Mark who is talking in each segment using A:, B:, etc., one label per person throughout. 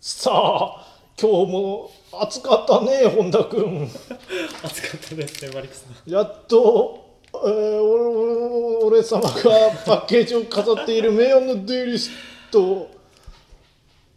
A: さあ今日も暑かったね本田君
B: 暑かったですねマリックさん
A: やっと、えー俺俺様がパッケージを飾っている名案のデュリスト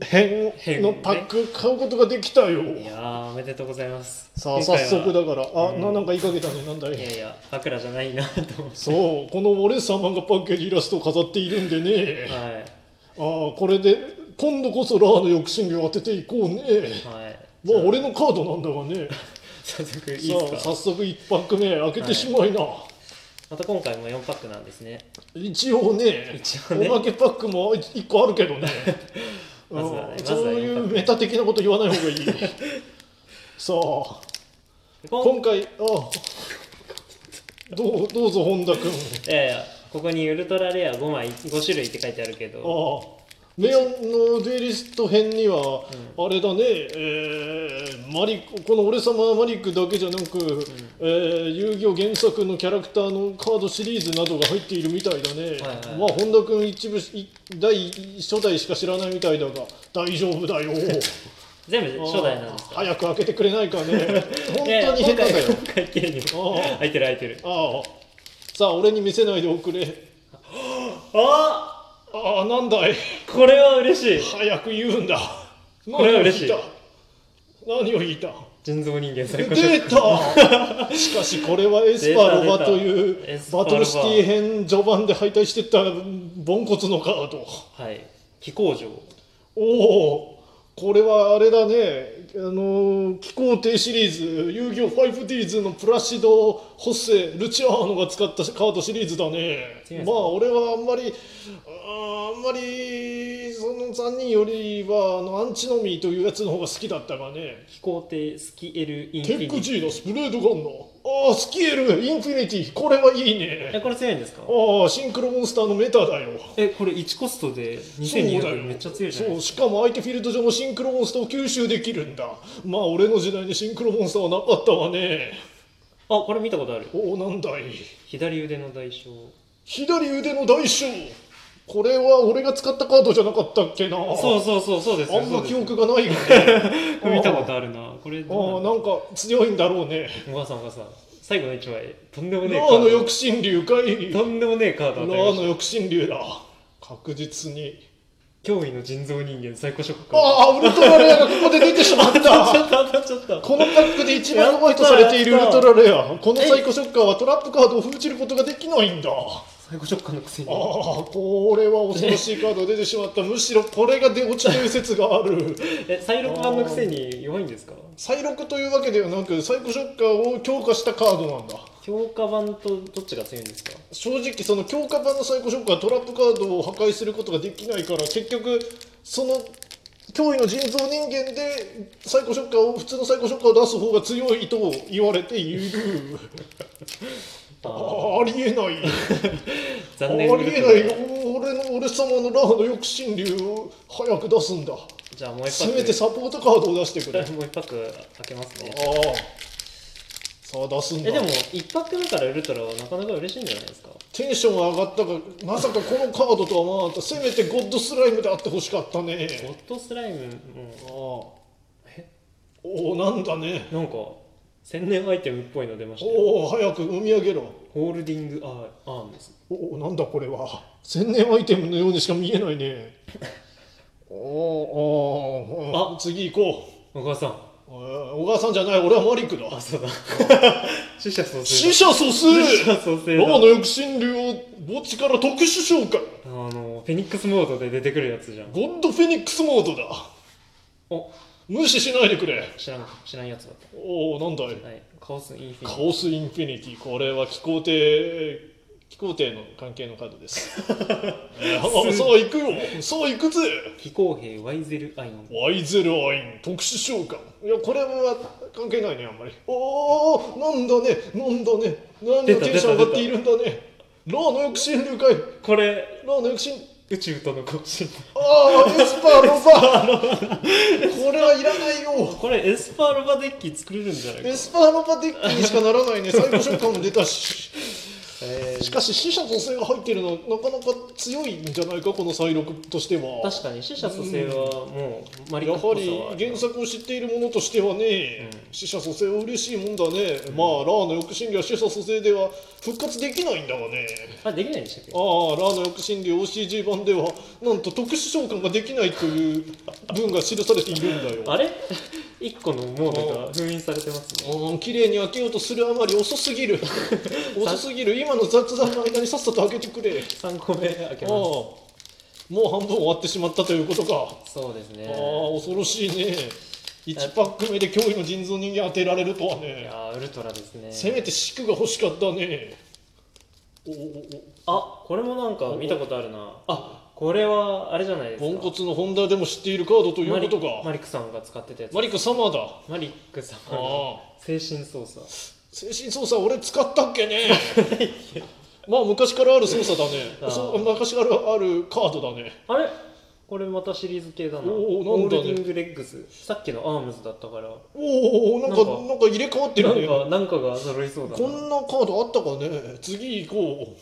A: 編
B: 編
A: の
B: ね
A: パック買うことができたよ、
B: いやーおめでとうございます
A: さあ
B: 今
A: 早
B: 回は
A: 速だからあ、
B: うん
A: ななんか言いかけたねなんだ
B: いや
A: い
B: いや枕じゃないなと思って
A: そうこの俺様がパッケージイラストを飾っているんでね
B: は
A: ああこれで今度こそラーの抑止を当てていこうね
B: いはい
A: まあ俺のカードなんだがね
B: 早速いい
A: さ
B: で
A: あ
B: す
A: 早
B: か
A: 速1パック目開けてしまいな、
B: また今回も4パックなんですね
A: 一応ね
B: 一応ね
A: おまけパックも1個あるけどね
B: まずはね
A: うん
B: まずは
A: そうい
B: 四パッ
A: う
B: ク
A: メタ的なこと言わない方 がいいさあ
B: 今
A: 今回あどうどうぞ本田君
B: いやいやここにウルトラレア5枚5種類って書いてあるけど
A: ああネオンのデュエリスト編には、あれだね、えーマリックこの俺様はマリックだけじゃなく、えー遊戯王原作のキャラクターのカードシリーズなどが入っているみたいだね、
B: はいはい
A: まあ本田君一部い第初代しか知らないみたいだが大丈夫だよ
B: 全部 初代なんですか
A: 早く開けてくれないか ね本
B: いやいや
A: 当に下手だよ
B: 今回今回綺麗に
A: ああ
B: 開いてる開いてる
A: ああさあ俺に見せないでおくれ
B: あ
A: ああなんだい
B: ーこれは嬉しい
A: 早く言うんだ
B: これは嬉しい
A: 何を言いた
B: 人造人間最高
A: 出 たしかしこれはエスパロバという
B: 出た出たエスパロ
A: バ
B: バ
A: トルシティ編序盤で敗退してったボンコツのカード
B: はい飛行場
A: おおこれはあれだねあの気候艇シリーズ遊戯王 5Ds のプラシド・ホッセ・ルチアーノが使ったカードシリーズだね
B: 違います
A: ま
B: か
A: あ俺はあんまりあーあんまりその3人よりはあのアンチノミーというやつの方が好きだったがね
B: 飛行艇スキエルインフ
A: テ
B: ィニ
A: ッ
B: テ
A: ク
B: ィ
A: G のスプレードガンのああスキエルインフィニティこれはいい
B: え
A: ね
B: これ強いんですか
A: ああシンクロモンスターのメタだよ
B: えこれ1コストで
A: そうだ
B: 2200
A: よ
B: めっちゃ強いじゃない
A: そう
B: です
A: しかも相手フィールド上のシンクロモンスターを吸収できるんだまあ俺の時代にシンクロモンスターはなかったわね
B: かあこれ見たことある
A: おおなんだい
B: 左腕の代償
A: 左腕の代償これは俺が使ったカードじゃなかったっけな
B: そうそうそうそうです
A: あ
B: よ
A: ん
B: そう
A: ま
B: で
A: 記
B: すよ
A: 憶がないがね
B: これ見たことあるなこれ
A: ああ
B: どうな
A: なんか強いんだろうね
B: お母さんお母さん最後の1枚とんでもねえ
A: ラ
B: カ
A: ーの
B: ー
A: 抑神流かい
B: ド
A: ラ
B: とんでもねえカード
A: ー
B: 当
A: の
B: たりました
A: 抑神流だ確実に
B: 脅威の人造人間最高触覚
A: ああウルトラレアがここで出てしまっ
B: ち
A: た
B: ょっと当たっちゃった
A: このパックで一番ホワイトされているウルトラレアこのサイコショッカーはトラップカードを封じることができないんだあ
B: 最高触覚のくせに
A: あこれは恐ろしいカード出てしまったむしろこれが出落ちという説がある
B: え再録版のくせに弱いんですか
A: 再録というわけではなくサイコショッカーを強化したカードなんだ
B: 強化版とどっちが強いんですか
A: 正直その強化版のサイコショッカーはトラップカードを破壊することができないから結局その脅威の人造人間でサイコショッカーを普通のサイコショッカーを出す方が強いと言われているあ
B: あ
A: あありえない
B: ー残念
A: ありえないよ俺の俺様のラーの抑止流を早く出すんだ
B: じゃあもう一
A: せ
B: パ
A: めて
B: ッ
A: サポートカードを出してくれあ
B: クもう一パック開けますね
A: あさあ出すんだ
B: えでも一泊目からウルトラはなかなか嬉しいんじゃないですか
A: テンション上がったがまさかこのカードとは思わなかったせめてゴッドスライムであってほしかったね
B: ゴッドスライムも
A: ああお
B: え
A: おなんだね
B: なんか千年アイテムっぽいの出ましたよ
A: おお早く読み上げろ
B: ホールディングアーアームです
A: おおなんだこれは千年アイテムのようにしか見えない ねおおおあ次行こう
B: 小川さん
A: えー小川さんじゃない俺はマリックだ
B: あそうだ 死者蘇生
A: 死
B: だ
A: 者蘇
B: 死者
A: 生
B: 蘇生
A: ローの
B: だ
A: 抑止流を墓地から特殊召喚
B: あのフェニックスモードで出てくるやつじゃん
A: ゴッドフェニックスモードだ
B: お
A: 無視しないでくれ
B: 知らん知らんやつだっ
A: おおなんだい
B: たはいカオスインフィニ
A: カ
B: テ
A: オスインフィニティこれは飛行艇飛行艇の関係のカードですえーあさあ行くよさあ行くぜ
B: ィ飛行兵ワイゼルアイン
A: ワイゼルアイン特殊召喚いやこれは関係ないねあんまりおおなんだねなんだねなん
B: 出
A: だ
B: た
A: テンション上がっているんだねラーの抑止流かいラー
B: これ
A: の抑止
B: 宇宙との交信
A: ああエスパーロバこれはいらないよ
B: これエスパーロバデッキ作れるんじゃないか
A: エスパーロバデッキにしかならないね最高食感も出たし
B: えー
A: しかし死者蘇生が入っているのはなかなか強いんじゃないかこの再録としては
B: 確かに死者蘇生はもうマリ
A: や
B: カ
A: は
B: っぽさはあ
A: り
B: る
A: 原作を知っている者としてはね、
B: うん
A: 死者蘇生は嬉しいもんだね、まあラーの抑止理は死者蘇生では復活できないんだがね
B: あできないんでしたっけ
A: ああラーの抑止理 OCG 版ではなんと特殊召喚ができないという文が記されているんだよ
B: あれ 一個のモードが封印されてますね
A: うん綺麗に開けようとするあまり遅す ぎる遅すぎる今の雑談の間にさっさと開けてくれ
B: 3個目開け
A: ああ
B: ま
A: もう半分終わってしまったということか
B: すそうですね
A: ああ恐ろしいね1パック目で脅威の人造人間当てられるとはいね
B: やーウルトラですね
A: せめて四苦が欲しかったねおお
B: あこれもなんか見たことあるなあこれはあれじゃないです
A: おお
B: か
A: ポンコツのホンダでも知っているカードという
B: マ
A: こ
B: リ
A: とか
B: マリックさんが使ってたやつ
A: マリック様だ
B: マリックさん
A: ああ
B: 精神操作
A: 精神操作俺使ったっけ ねまあ昔からある操作だね
B: あー
A: そう昔からあるカードだね
B: あれこれまたシリーズ系だな
A: おーなんだね
B: オールディングレッグスさっきのアームズだったから
A: おおなんか
B: なんか
A: なんか入れ替わってるね
B: なんかなんかが揃いそうだ
A: こ
B: なん
A: なカードあったかね次行こう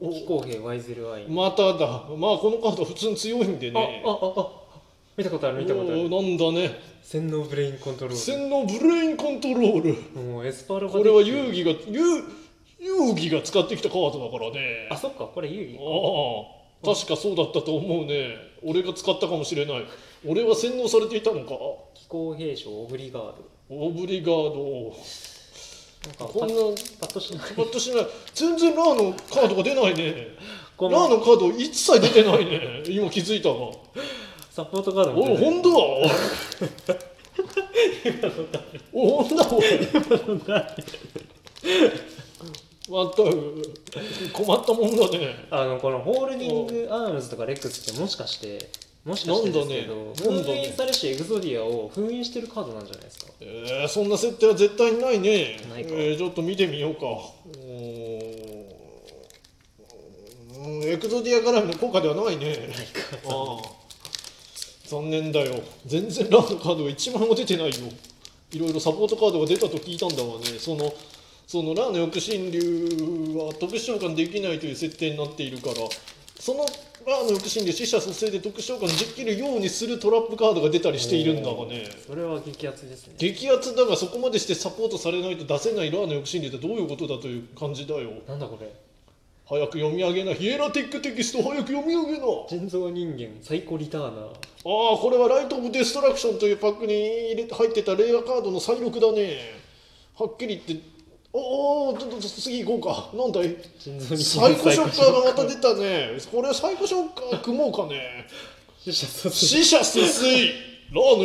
A: お
B: 気候兵ワイゼルワイン、
A: まただまあこのカード普通に強いんで
B: ああ
A: ね
B: ああ見たことある見たことあ
A: お
B: る
A: おなんだね
B: 洗脳ブレインコントロー
A: 洗脳ブレインコントロール
B: ルもうエスパーロが
A: これは
B: できてる
A: 遊戯が遊遊戯が使ってきたカードだからね
B: あそっかこれ遊戯
A: ああ確かそうだったと思うね俺が使ったかもしれない俺は洗脳されていたのか
B: 気候兵将オブリガード
A: オブリガード
B: なんか
A: こんな
B: パッとしない
A: パッとしない全然ラーのカードが出ないねラ
B: こ
A: ー
B: の
A: のカード一切出てないね今気づいたが
B: サポートカードも
A: おい本当だおいおい本当だおいまったく困ったもんだね
B: あのこのホールディングアームズとかレックスってもしかしてもしかしてですけど、
A: なんだねなんだ
B: 封
A: ね
B: 印されしエグゾディアを封印してるカードなんじゃないですか
A: えー、そんな設定は絶対にないね
B: ないか
A: えーちょっと見てみようかおーうんエクゾディア絡みの効果ではないねああ残念だよ全然ラーのカードが1枚も出てないよいろいろサポートカードが出たと聞いたんだわねそのそのラーの抑神流は特殊召喚できないという設定になっているからそのラーの抑神流死者蘇生で特殊召喚できるようにするトラップカードが出たりしているんだがね
B: それは激アツですね
A: 激アツだがそこまでしてサポートされないと出せないラーの抑止力ってどういうことだという感じだよ
B: なんだこれ
A: 早く読み上げなヒエラティックテキスト早く読み上げなああ
B: 人造人間サイコリターナー
A: これはライト・オブ・デストラクションというパックに入れて入ってたレイヤーカードの再録だねはっきり言っておおちょっと次行こうかなんだい
B: 人造人間
A: サイコショッカ ーがまた
B: サイコショッカ
A: 出たねこれはサイコショッカー組もうかね
B: 死者蘇生
A: 死者節水ラー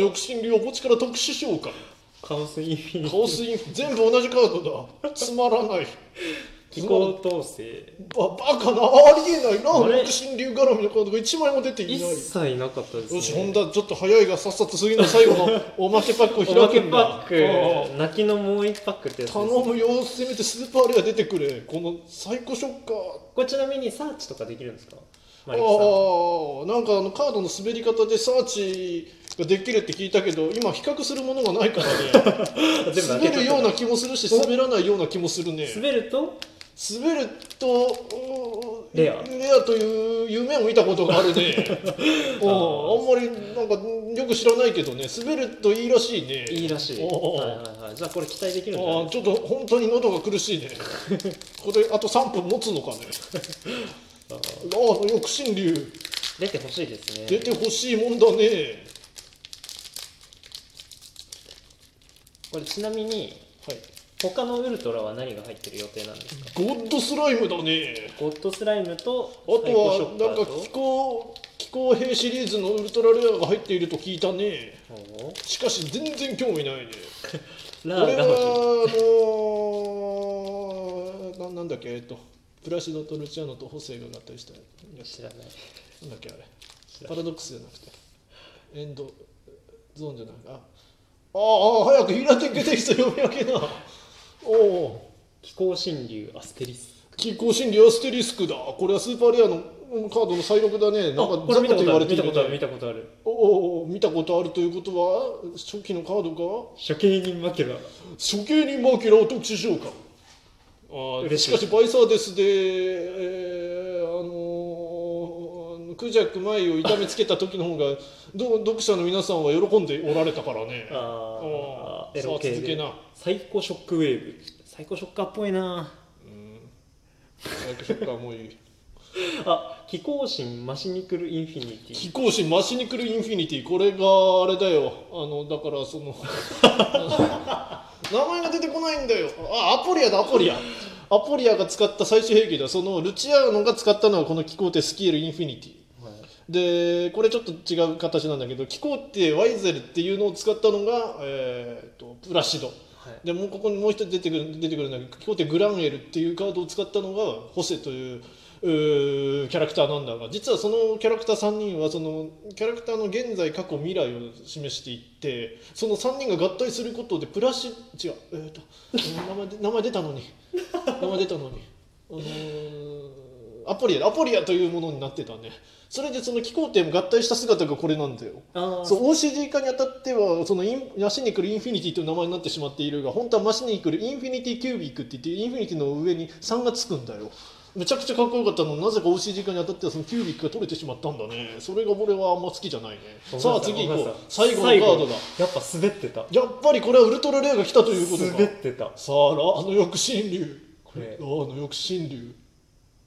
A: の抑止力を墓地から特殊召喚
B: カオスインフィニテ
A: カ
B: ィ
A: オスインフ全部同じカードだつまらない
B: 気候統制
A: ばバカなありえないな
B: あれ
A: 北進流絡みのカードが1枚も出ていない
B: 一切なかったですね
A: よし本田ちょっと早いがさっさと次の最後 のおまけパックを開
B: おまけ
A: くんだ
B: パッ
A: あ
B: ク泣きのもう一パックってや
A: あ
B: つです
A: 頼むよせめてスーパーレア出てくれこのサイコショッカー
B: これちなみにサーチとかできるんですか
A: あ
B: マリックさん
A: あなんかあのカードの滑り方でサーチができるって聞いたけど今比較するものがないからね滑
B: 全部開けちゃった
A: るような気もするし滑らないような気もするね
B: 滑ると
A: 滑るとうん
B: レア
A: レアという夢を見たことがあるね おうあんまりなんかよく知らないけどね滑るといいらしいね
B: いいらしい
A: おうおう
B: はいはいはいじゃあこれ期待できるんじゃない
A: ああちょっと本当に喉が苦しい ねこれあと3分持つのかねああ抑止流
B: 出てほしいですね
A: 出てほしいもんだね
B: これちなみに
A: はい
B: 他のウルトラは何が入ってる予定なんですか
A: ゴッドスライムだね
B: ゴッドスライムと
A: あと
B: サイコショ
A: は
B: ッカ
A: なん
B: ーと
A: か気候気候兵シリーズのウルトラレアが入っていると聞いたね
B: おう
A: しかし全然興味ないね
B: ラ
A: 俺
B: ー
A: は
B: が欲しい
A: あのー、ななんだっけえっとプラシドとルチアノとホセイが合体したやつ
B: 知らない
A: なんだっけあれ
B: 知ら
A: パ
B: ない
A: ラドックスじゃなくてエンドゾーンじゃなくてあああ早くヒラティックテキスト読み上げなおお
B: 気候神竜アステリス
A: 気候心理アステリスクだこれはスーパーレアのうんカードの再録だねなん
B: あ
A: か
B: これ
A: ザ
B: 見
A: コ
B: た
A: と言
B: こと
A: わ
B: あ
A: れ
B: る
A: てい
B: 見た
A: る、
B: ことある
A: ね
B: 見、たことある
A: おお見たことあるということは初期のカードが
B: 処刑人マキュラ
A: 処刑人マーキュラを特殊召喚あー
B: 嬉し
A: し
B: い
A: かしバイサーデスで、えーあのー、クジャク前を痛めつけた時の方がど読者の皆さんは喜んでおられたからね
B: あ
A: あ
B: ー
A: ー
B: エロ系
A: さあ続け
B: で
A: な
B: サイコショックウェーブサイコショッカーっぽいな
A: うん最高ショッカーもういい
B: あ貴公神マシニクルインフィニティ
A: 貴公子マシに来るインフィニティこれがあれだよあのだからその 名前が出てこないんだよあアポリアだアポリアアポリアが使った最終兵器だそのルチアーノが使ったのはこの気候艇スキールインフィニティ
B: はい
A: でこれちょっと違う形なんだけど気候ってワイゼルっていうのを使ったのが、えー、とプラシド
B: はい
A: でもうここにもう一つ出てくる出てくるんだけど気候ってグランエルっていうカードを使ったのがホセといううーキャラクターなんだが実はそのキャラクター3人はそのキャラクターの現在過去未来を示していってその3人が合体することでプラシ違う、えー、と名前で名前出たのに名前出たのに。あのーアポリアアポリアというものになってたねそれでその気候艇も合体した姿がこれなんだよ
B: ああ
A: そう OCG 化にあたってはそのインマシニクルインフィニティという名前になってしまっているが本当はマシニクルインフィニティキュービックって言ってインフィニティの上に3がつくんだよめちゃくちゃかっこよかったのになぜか OCG 化にあたってはそのキュービックが取れてしまったんだねそれが俺はあんま好きじゃないねさあ次行こう最後のカードだ
B: やっぱ滑ってた
A: やっぱりこれはウルトラレアが来たということ
B: 滑
A: か
B: ってた
A: さあらあの翼神竜
B: これ
A: あの翼神竜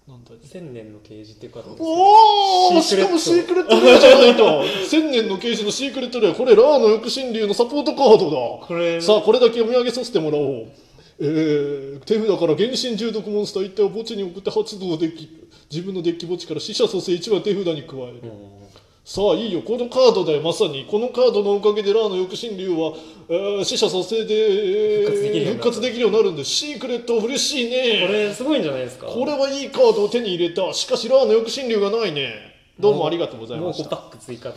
A: なんだね
B: 千年の刑事っていうカードですね
A: おお
B: シ
A: し
B: ークレッ
A: か
B: ト
A: もシークレットレアじゃないと千年の刑事のシークレットレアこれラーの翼神竜のサポートカード
B: これ
A: ださあこれだけ読み上げさせてもらおうえー、手札から原神重毒モンスター一体を墓地に送って発動できる自分のデッキ墓地から死者蘇生1枚手札に加える、
B: うん
A: さあいいよこのカードだよまさにこのカードのおかげでラーの翼神竜は、えー死者蘇生で、え
B: 復活できるように
A: ー復活できるように
B: なる
A: なるんでシークレット嬉しいね
B: これすごいんじゃないですか
A: これはいいカードを手に入れたしかしラーの抑止力がないねどうもありがとうございました
B: もう5パック追加で